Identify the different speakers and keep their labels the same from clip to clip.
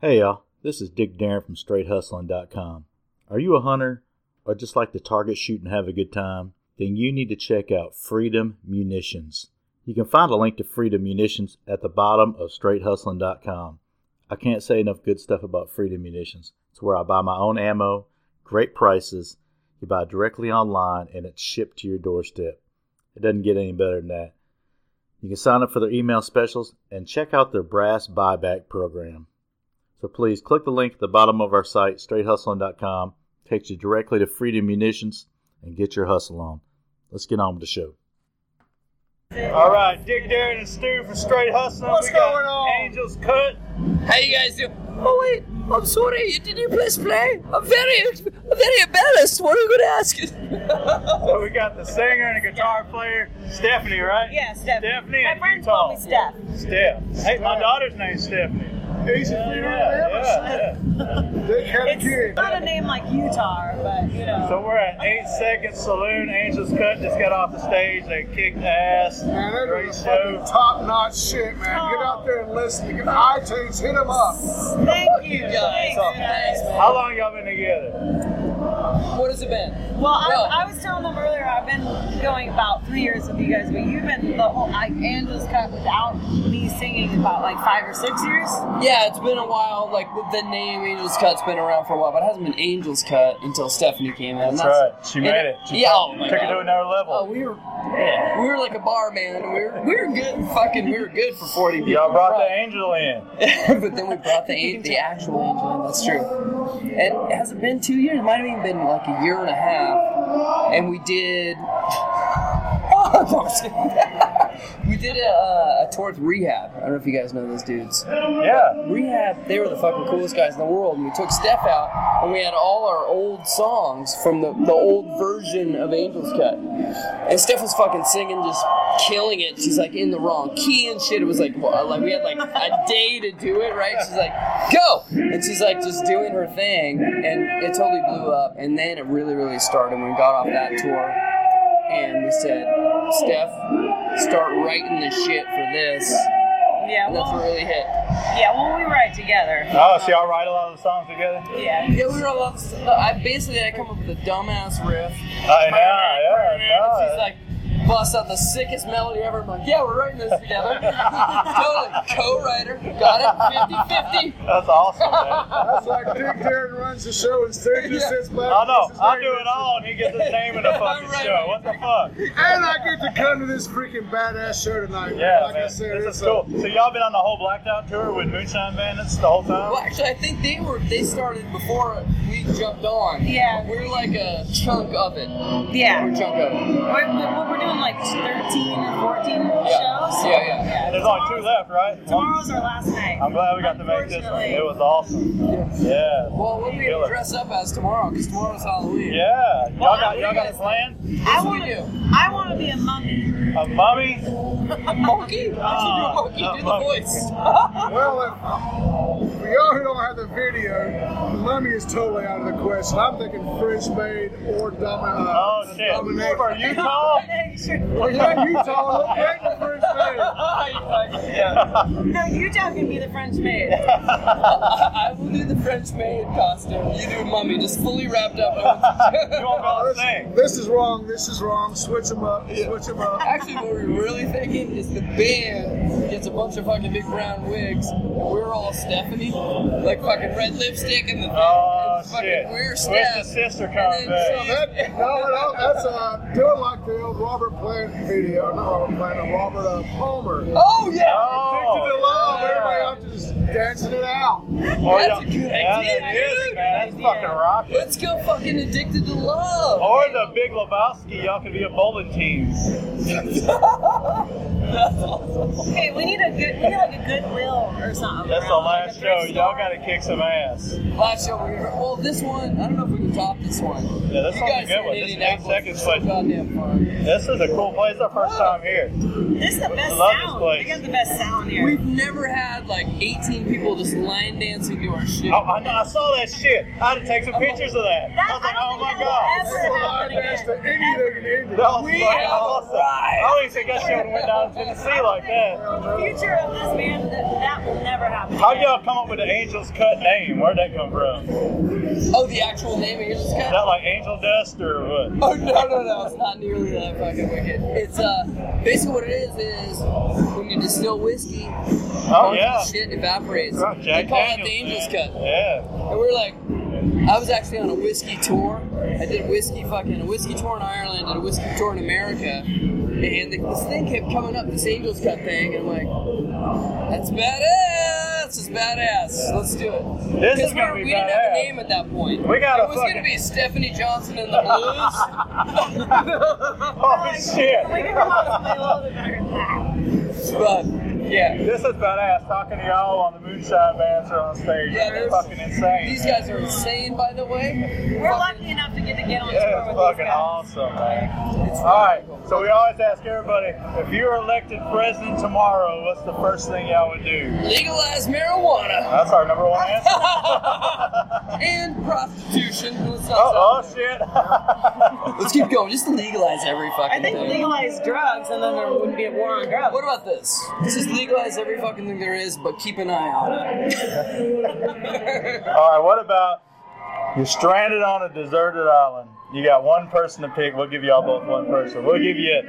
Speaker 1: Hey y'all, this is Dick Darren from StraightHustling.com. Are you a hunter or just like to target shoot and have a good time? Then you need to check out Freedom Munitions. You can find a link to Freedom Munitions at the bottom of StraightHustling.com. I can't say enough good stuff about Freedom Munitions. It's where I buy my own ammo, great prices. You buy directly online and it's shipped to your doorstep. It doesn't get any better than that. You can sign up for their email specials and check out their brass buyback program. So please click the link at the bottom of our site, straighthustling.com. Takes you directly to Freedom Munitions and get your hustle on. Let's get on with the show.
Speaker 2: All right, Dick, Darren, and Stu from Straight Hustling.
Speaker 3: What's
Speaker 2: we got
Speaker 3: going on?
Speaker 2: Angels Cut.
Speaker 3: How you guys do? Oh wait, I'm sorry. Did you please play? I'm very, I'm very embarrassed. What are you gonna ask?
Speaker 2: So we got the singer and the guitar player, Stephanie, right?
Speaker 4: Yeah, Steph.
Speaker 2: Stephanie
Speaker 4: My
Speaker 2: in
Speaker 4: friends
Speaker 2: Utah.
Speaker 4: call me Steph.
Speaker 2: Steph. Hey, my daughter's name's Stephanie.
Speaker 5: He's a
Speaker 2: Yeah, yeah,
Speaker 5: freedom yeah. They had a
Speaker 4: It's
Speaker 5: kid.
Speaker 4: not a name like Utah, but you
Speaker 2: yeah. So
Speaker 4: know.
Speaker 2: we're at Eight Second Saloon. Angels Cut just got off the stage. They kicked ass.
Speaker 5: Man, that
Speaker 2: Great
Speaker 5: is fucking
Speaker 2: show.
Speaker 5: top notch shit, man. Get out there and listen. Get iTunes, hit them up.
Speaker 4: Thank you.
Speaker 3: guys.
Speaker 4: Thanks, guys.
Speaker 2: How long y'all been together?
Speaker 3: What has it been?
Speaker 4: Well,
Speaker 3: Well-
Speaker 4: I, I was telling them earlier, I've been going about three years with you guys, but you've been the whole like Angela's Cut without me singing about like five or six years.
Speaker 3: Yeah, it's been a while. Like the name Angels Cut's been around for a while, but it hasn't been Angels Cut until Stephanie came in. That's,
Speaker 2: She
Speaker 3: and- yeah. Oh my
Speaker 2: Took
Speaker 3: God.
Speaker 2: it to another level.
Speaker 3: Oh, we were, we were like a bar man. We were, we were good. Fucking, we were good for forty people.
Speaker 2: Y'all brought the
Speaker 3: Right.
Speaker 2: angel in.
Speaker 3: but then we brought the an- the actual angel in. That's true. And it hasn't been two years. It might have even been like a year and a half. And we did. Oh, no, I'm just kidding. we did a, uh, a tour with Rehab. I don't know if you guys know those dudes.
Speaker 2: Yeah.
Speaker 3: Rehab, they were the fucking coolest guys in the world. And we took Steph out and we had all our old songs from the, the old version of Angel's Cut. And Steph was fucking singing, just killing it. She's like in the wrong key and shit. It was like, well, like we had like a day to do it, right? She's like, go! And she's like just doing her thing. And it totally blew up. And then it really, really started when we got off that tour. And we said, Steph, start writing the shit for this.
Speaker 4: Yeah,
Speaker 3: And that's what
Speaker 4: well,
Speaker 3: really hit.
Speaker 4: yeah, well, we write together.
Speaker 2: Oh, so y'all write a lot of the songs together?
Speaker 4: Yeah.
Speaker 3: Yeah, we were all. uh, I basically I come up with a dumbass riff.
Speaker 2: Uh, I know, yeah,
Speaker 3: And
Speaker 2: yeah.
Speaker 3: she's like, bust out the sickest melody ever. I'm like, yeah, we're writing this together. totally co-writer. Got it. 50-50.
Speaker 2: That's awesome, man.
Speaker 5: That's like Dick Darren runs the show and Steve just sits back.
Speaker 2: I know.
Speaker 5: and
Speaker 2: I
Speaker 5: says,
Speaker 2: do it all, and he gets his name in the fucking
Speaker 3: Right.
Speaker 2: show. What the fuck?
Speaker 5: And I get to come to this freaking badass show tonight. man.
Speaker 2: Yeah,
Speaker 5: like I
Speaker 2: man.
Speaker 5: said,
Speaker 2: This
Speaker 5: it's
Speaker 2: is cool. So y'all been on the whole Blackdown tour with Moonshine Bandits the whole time?
Speaker 3: Well, actually, I think they were. They started before we jumped on.
Speaker 4: Yeah.
Speaker 3: We're like a chunk of it.
Speaker 4: Yeah.
Speaker 3: We're a chunk of it.
Speaker 4: We're, we're, we're doing like 13 and 14 shows.
Speaker 3: Yeah, yeah.
Speaker 2: There's only two left, right?
Speaker 4: Tomorrow's our last night.
Speaker 2: I'm glad we got to make this one.
Speaker 4: Unfortunately.
Speaker 2: It was awesome. Yeah.
Speaker 3: Well, what are we gonna
Speaker 2: Killer.
Speaker 3: dress up as tomorrow? Because tomorrow's Halloween.
Speaker 2: Yeah. Y'all
Speaker 4: Well,
Speaker 2: got
Speaker 4: we
Speaker 2: y'all got a
Speaker 4: guys-
Speaker 2: plan?
Speaker 4: I
Speaker 3: we
Speaker 4: want to.
Speaker 3: do.
Speaker 4: I want to be a mummy.
Speaker 2: A mummy?
Speaker 3: A monkey? I should do a monkey.
Speaker 2: Uh,
Speaker 3: do
Speaker 2: a
Speaker 3: the
Speaker 2: monkey.
Speaker 3: voice.
Speaker 5: Well, if, for y'all who don't have the video, Lemmy is totally out of the question. I'm thinking French maid or dumb, uh,
Speaker 2: Oh shit.
Speaker 5: domination.
Speaker 2: For Utah?
Speaker 5: Well, yeah, Utah, look great in French maid.
Speaker 4: No, Utah can be the French maid.
Speaker 3: I will do the French maid costume. You do mummy, just fully wrapped up.
Speaker 2: You won't be able to sing.
Speaker 5: This is wrong. This is wrong. Switch them up. Switch them up.
Speaker 3: Actually, what we're really thinking is the band gets a bunch of fucking big brown wigs. and We're all Stephanie, like fucking red lipstick and the
Speaker 2: Oh
Speaker 3: and fucking
Speaker 2: shit.
Speaker 3: We're
Speaker 2: Where's the
Speaker 3: Steph.
Speaker 2: sister
Speaker 3: then
Speaker 2: coming back?
Speaker 3: she's-
Speaker 5: That, no, no, that's uh, doing like the old Robert Plant video. Not Robert Plant, uh, Robert uh, Palmer. Addicted
Speaker 3: Oh yeah. Oh,
Speaker 5: to love. Everybody
Speaker 2: Oh, yeah.
Speaker 5: out just dancing it out.
Speaker 2: Or
Speaker 3: That's
Speaker 2: the-
Speaker 3: a good
Speaker 2: yeah,
Speaker 3: idea,
Speaker 2: that is,
Speaker 3: dude.
Speaker 2: man. That's
Speaker 4: Good
Speaker 2: fucking
Speaker 4: idea.
Speaker 2: rocket.
Speaker 3: Let's go fucking addicted to love.
Speaker 2: Or the Big Lebowski, y'all could be a bowling team.
Speaker 4: Hey, we need a good, we need like a goodwill or something.
Speaker 2: That's the
Speaker 4: around,
Speaker 2: last
Speaker 4: like a
Speaker 2: show.
Speaker 4: thrift
Speaker 2: Y'all
Speaker 4: store.
Speaker 2: gotta kick some ass.
Speaker 3: Last show we were well, this one I don't know if we can top this one.
Speaker 2: Yeah, this
Speaker 3: you
Speaker 2: one's a
Speaker 3: guys
Speaker 2: good
Speaker 3: in
Speaker 2: one. This is eight
Speaker 3: Indianapolis
Speaker 2: seconds,
Speaker 3: is so
Speaker 2: but-
Speaker 3: goddamn fun.
Speaker 2: This is a cool place. It's our first time here.
Speaker 4: This is the best
Speaker 2: love this
Speaker 4: sound.
Speaker 2: place.
Speaker 4: They got the best sound here.
Speaker 3: We've never had like 18 seeing people just line dancing to our shit.
Speaker 2: I, I, I saw that shit. I had to take some pictures of that.
Speaker 4: That-
Speaker 2: I was like,
Speaker 4: I don't
Speaker 2: oh my
Speaker 4: think that
Speaker 2: god.
Speaker 4: will
Speaker 5: There's a line dance to anything in India.
Speaker 2: That was
Speaker 5: We
Speaker 2: fucking
Speaker 5: have
Speaker 2: awesome. I don't even think that shit went down to Tennessee like that.
Speaker 4: The future of this man, that, that will never happen.
Speaker 2: How'd
Speaker 4: again.
Speaker 2: y'all come up with the Angels Cut name? Where'd that come from? Is
Speaker 3: Oh, the actual name of Angels Cut?
Speaker 2: that like Angel Dust or what?
Speaker 3: Oh no no no! It's not nearly that fucking wicked. It's uh basically what it is is when you distill whiskey, all
Speaker 2: Oh, yeah.
Speaker 3: the shit evaporates.
Speaker 2: Right, Jack
Speaker 3: they call that
Speaker 2: Daniels,
Speaker 3: the
Speaker 2: man.
Speaker 3: Angels Cut.
Speaker 2: Yeah.
Speaker 3: And we were like, I was actually on a whiskey tour. I did whiskey fucking a whiskey tour in Ireland and a whiskey tour in America. And the, this thing kept coming up, this Angels Cut thing, and I'm like, that's badass. This is badass. Let's do it.
Speaker 2: This is
Speaker 3: 'Cause we
Speaker 2: gonna
Speaker 3: were-
Speaker 2: be
Speaker 3: We didn't have
Speaker 2: badass.
Speaker 3: a name at that point.
Speaker 2: We got
Speaker 3: It
Speaker 2: a
Speaker 3: was
Speaker 2: fucking-
Speaker 3: gonna be Stephanie Johnson and the Blues.
Speaker 2: Oh shit.
Speaker 4: We can come up with a little bit better than that.
Speaker 3: But yeah,
Speaker 2: This is badass talking to y'all on the Moonshine Bands are on stage.
Speaker 3: Yeah,
Speaker 2: it's
Speaker 3: this-
Speaker 2: fucking insane.
Speaker 3: these guys are insane, by the way.
Speaker 4: We're lucky enough to get to get on
Speaker 2: Yeah,
Speaker 4: tour
Speaker 2: it's
Speaker 4: with
Speaker 2: fucking
Speaker 4: these guys.
Speaker 2: awesome, man.
Speaker 3: It's
Speaker 2: All right, so we always ask everybody if you were elected president tomorrow, what's the first thing y'all would do?
Speaker 3: legalize marijuana
Speaker 2: That's our number one answer.
Speaker 3: and prostitution. Let's, not
Speaker 2: oh, oh
Speaker 3: stop there.
Speaker 2: shit.
Speaker 3: Let's keep going. Just legalize every fucking
Speaker 4: I think
Speaker 3: thing.
Speaker 4: legalize drugs, and then there wouldn't be a war on drugs.
Speaker 3: what about this? This is legalize every fucking thing there is, but keep an eye on it.
Speaker 2: All right, what about you're stranded on a deserted island? You got one person to pick. We'll give y'all both one person. We'll give you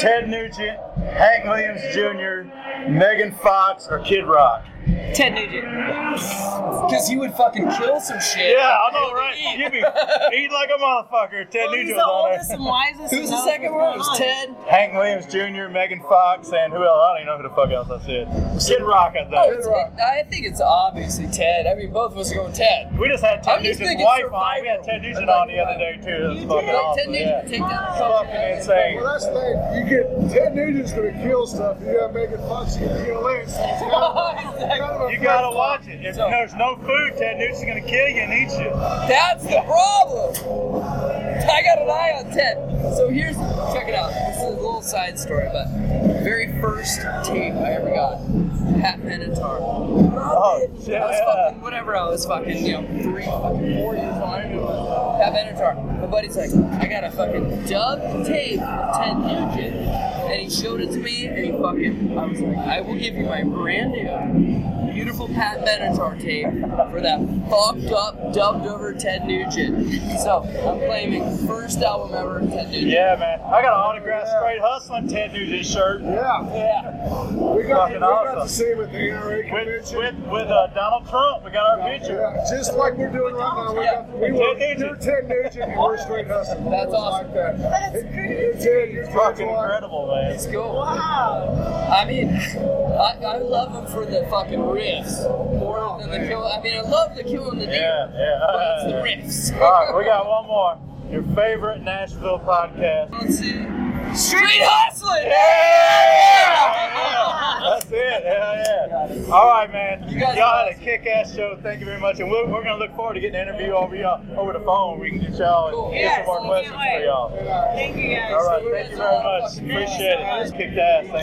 Speaker 2: Ted Nugent, Hank Williams Jr., Megan Fox, or Kid Rock.
Speaker 4: Ted Nugent.
Speaker 3: Because you would fucking kill some shit.
Speaker 2: Yeah, I know, right? You be eat like a motherfucker. Ted
Speaker 4: Well, he's
Speaker 2: Nugent was
Speaker 4: the oldest
Speaker 2: on
Speaker 4: and wisest.
Speaker 3: Who's
Speaker 4: and
Speaker 3: the
Speaker 4: knows
Speaker 3: second
Speaker 4: what's
Speaker 3: one?
Speaker 4: going
Speaker 3: It was
Speaker 4: on.
Speaker 3: Ted.
Speaker 2: there. Hank Williams Jr., Megan Fox, and who else? I don't even know who the fuck else I said. Kid Rock, I
Speaker 3: Oh,
Speaker 2: thought.
Speaker 3: it's, it, I think it's obviously Ted. I mean, both of us are going Ted.
Speaker 2: We just had Ted
Speaker 3: I'm just
Speaker 2: Nugent's wife
Speaker 3: thinking
Speaker 2: on. We had Ted
Speaker 3: survival.
Speaker 2: Nugent
Speaker 3: I like
Speaker 2: on the other day too. That was fucking
Speaker 3: Like, Ted
Speaker 2: awesome.
Speaker 3: needs
Speaker 2: Yeah.
Speaker 3: to take that
Speaker 2: Fucking insane.
Speaker 5: Well, that's the thing. You get Ted Nugent's gonna kill stuff. You gotta make it fun. So you get Lance.
Speaker 2: You gotta watch it. If there's no food, Ted Nugent's gonna kill you and eat you.
Speaker 3: That's the problem. I got an eye on Ted. So here's, check it out. This is a little side story, but very first tape I ever got, Pat Benatar.
Speaker 2: Oh, shit,
Speaker 3: I was
Speaker 2: yeah.
Speaker 3: fucking whatever. I was fucking you know three, fucking four years old. I don't even know. Pat Benatar. My buddy's like, I got a fucking dubbed tape of Ted Nugent, and he showed it to me, and he fucking, I was like, I will give you my brand new, beautiful Pat Benatar tape for that fucked up, dubbed over Ted Nugent. So I'm claiming first album ever, Ted Nugent.
Speaker 2: Yeah, man. I got an autographed straight hustling Ted Nugent shirt with
Speaker 5: Yeah,
Speaker 3: Yeah.
Speaker 5: we got,
Speaker 2: Fucking
Speaker 5: we got
Speaker 2: awesome.
Speaker 5: to see him at the NRA
Speaker 2: with
Speaker 5: convention.
Speaker 2: with uh, Donald Trump. We got our picture.
Speaker 5: Yeah, just like we're doing right now. We, got, we were
Speaker 2: Ted Nugent.
Speaker 5: you're Ted Nugent and we're straight hustling.
Speaker 3: That's
Speaker 5: It was
Speaker 3: awesome.
Speaker 5: Like that.
Speaker 4: That's crazy.
Speaker 5: You're Ted. You're
Speaker 2: Fucking
Speaker 5: Ted's wife.
Speaker 2: incredible, man.
Speaker 3: It's cool.
Speaker 4: Wow.
Speaker 3: I mean, I, I love him for the fucking riffs more than the kill. I mean, I love the kill and the
Speaker 2: Yeah,
Speaker 3: deer, but it's the
Speaker 2: yeah.
Speaker 3: riffs.
Speaker 2: All right, we got one more. Your favorite Nashville podcast.
Speaker 3: Let's see. Street hustling.
Speaker 2: Yeah! That's it. Hell yeah. All right, man.
Speaker 3: You guys
Speaker 2: Y'all
Speaker 3: are
Speaker 2: had a
Speaker 3: awesome.
Speaker 2: kick-ass show. Thank you very much. And we're, we're going to look forward to getting an interview over y'all over the phone. We can get y'all
Speaker 3: Cool.
Speaker 2: and get some
Speaker 4: Yes,
Speaker 2: more
Speaker 4: we
Speaker 2: questions
Speaker 4: can't
Speaker 2: for
Speaker 4: wait.
Speaker 2: y'all.
Speaker 4: Thank you guys.
Speaker 2: All right, thank you very much. Appreciate it. Kicked ass. Thank you.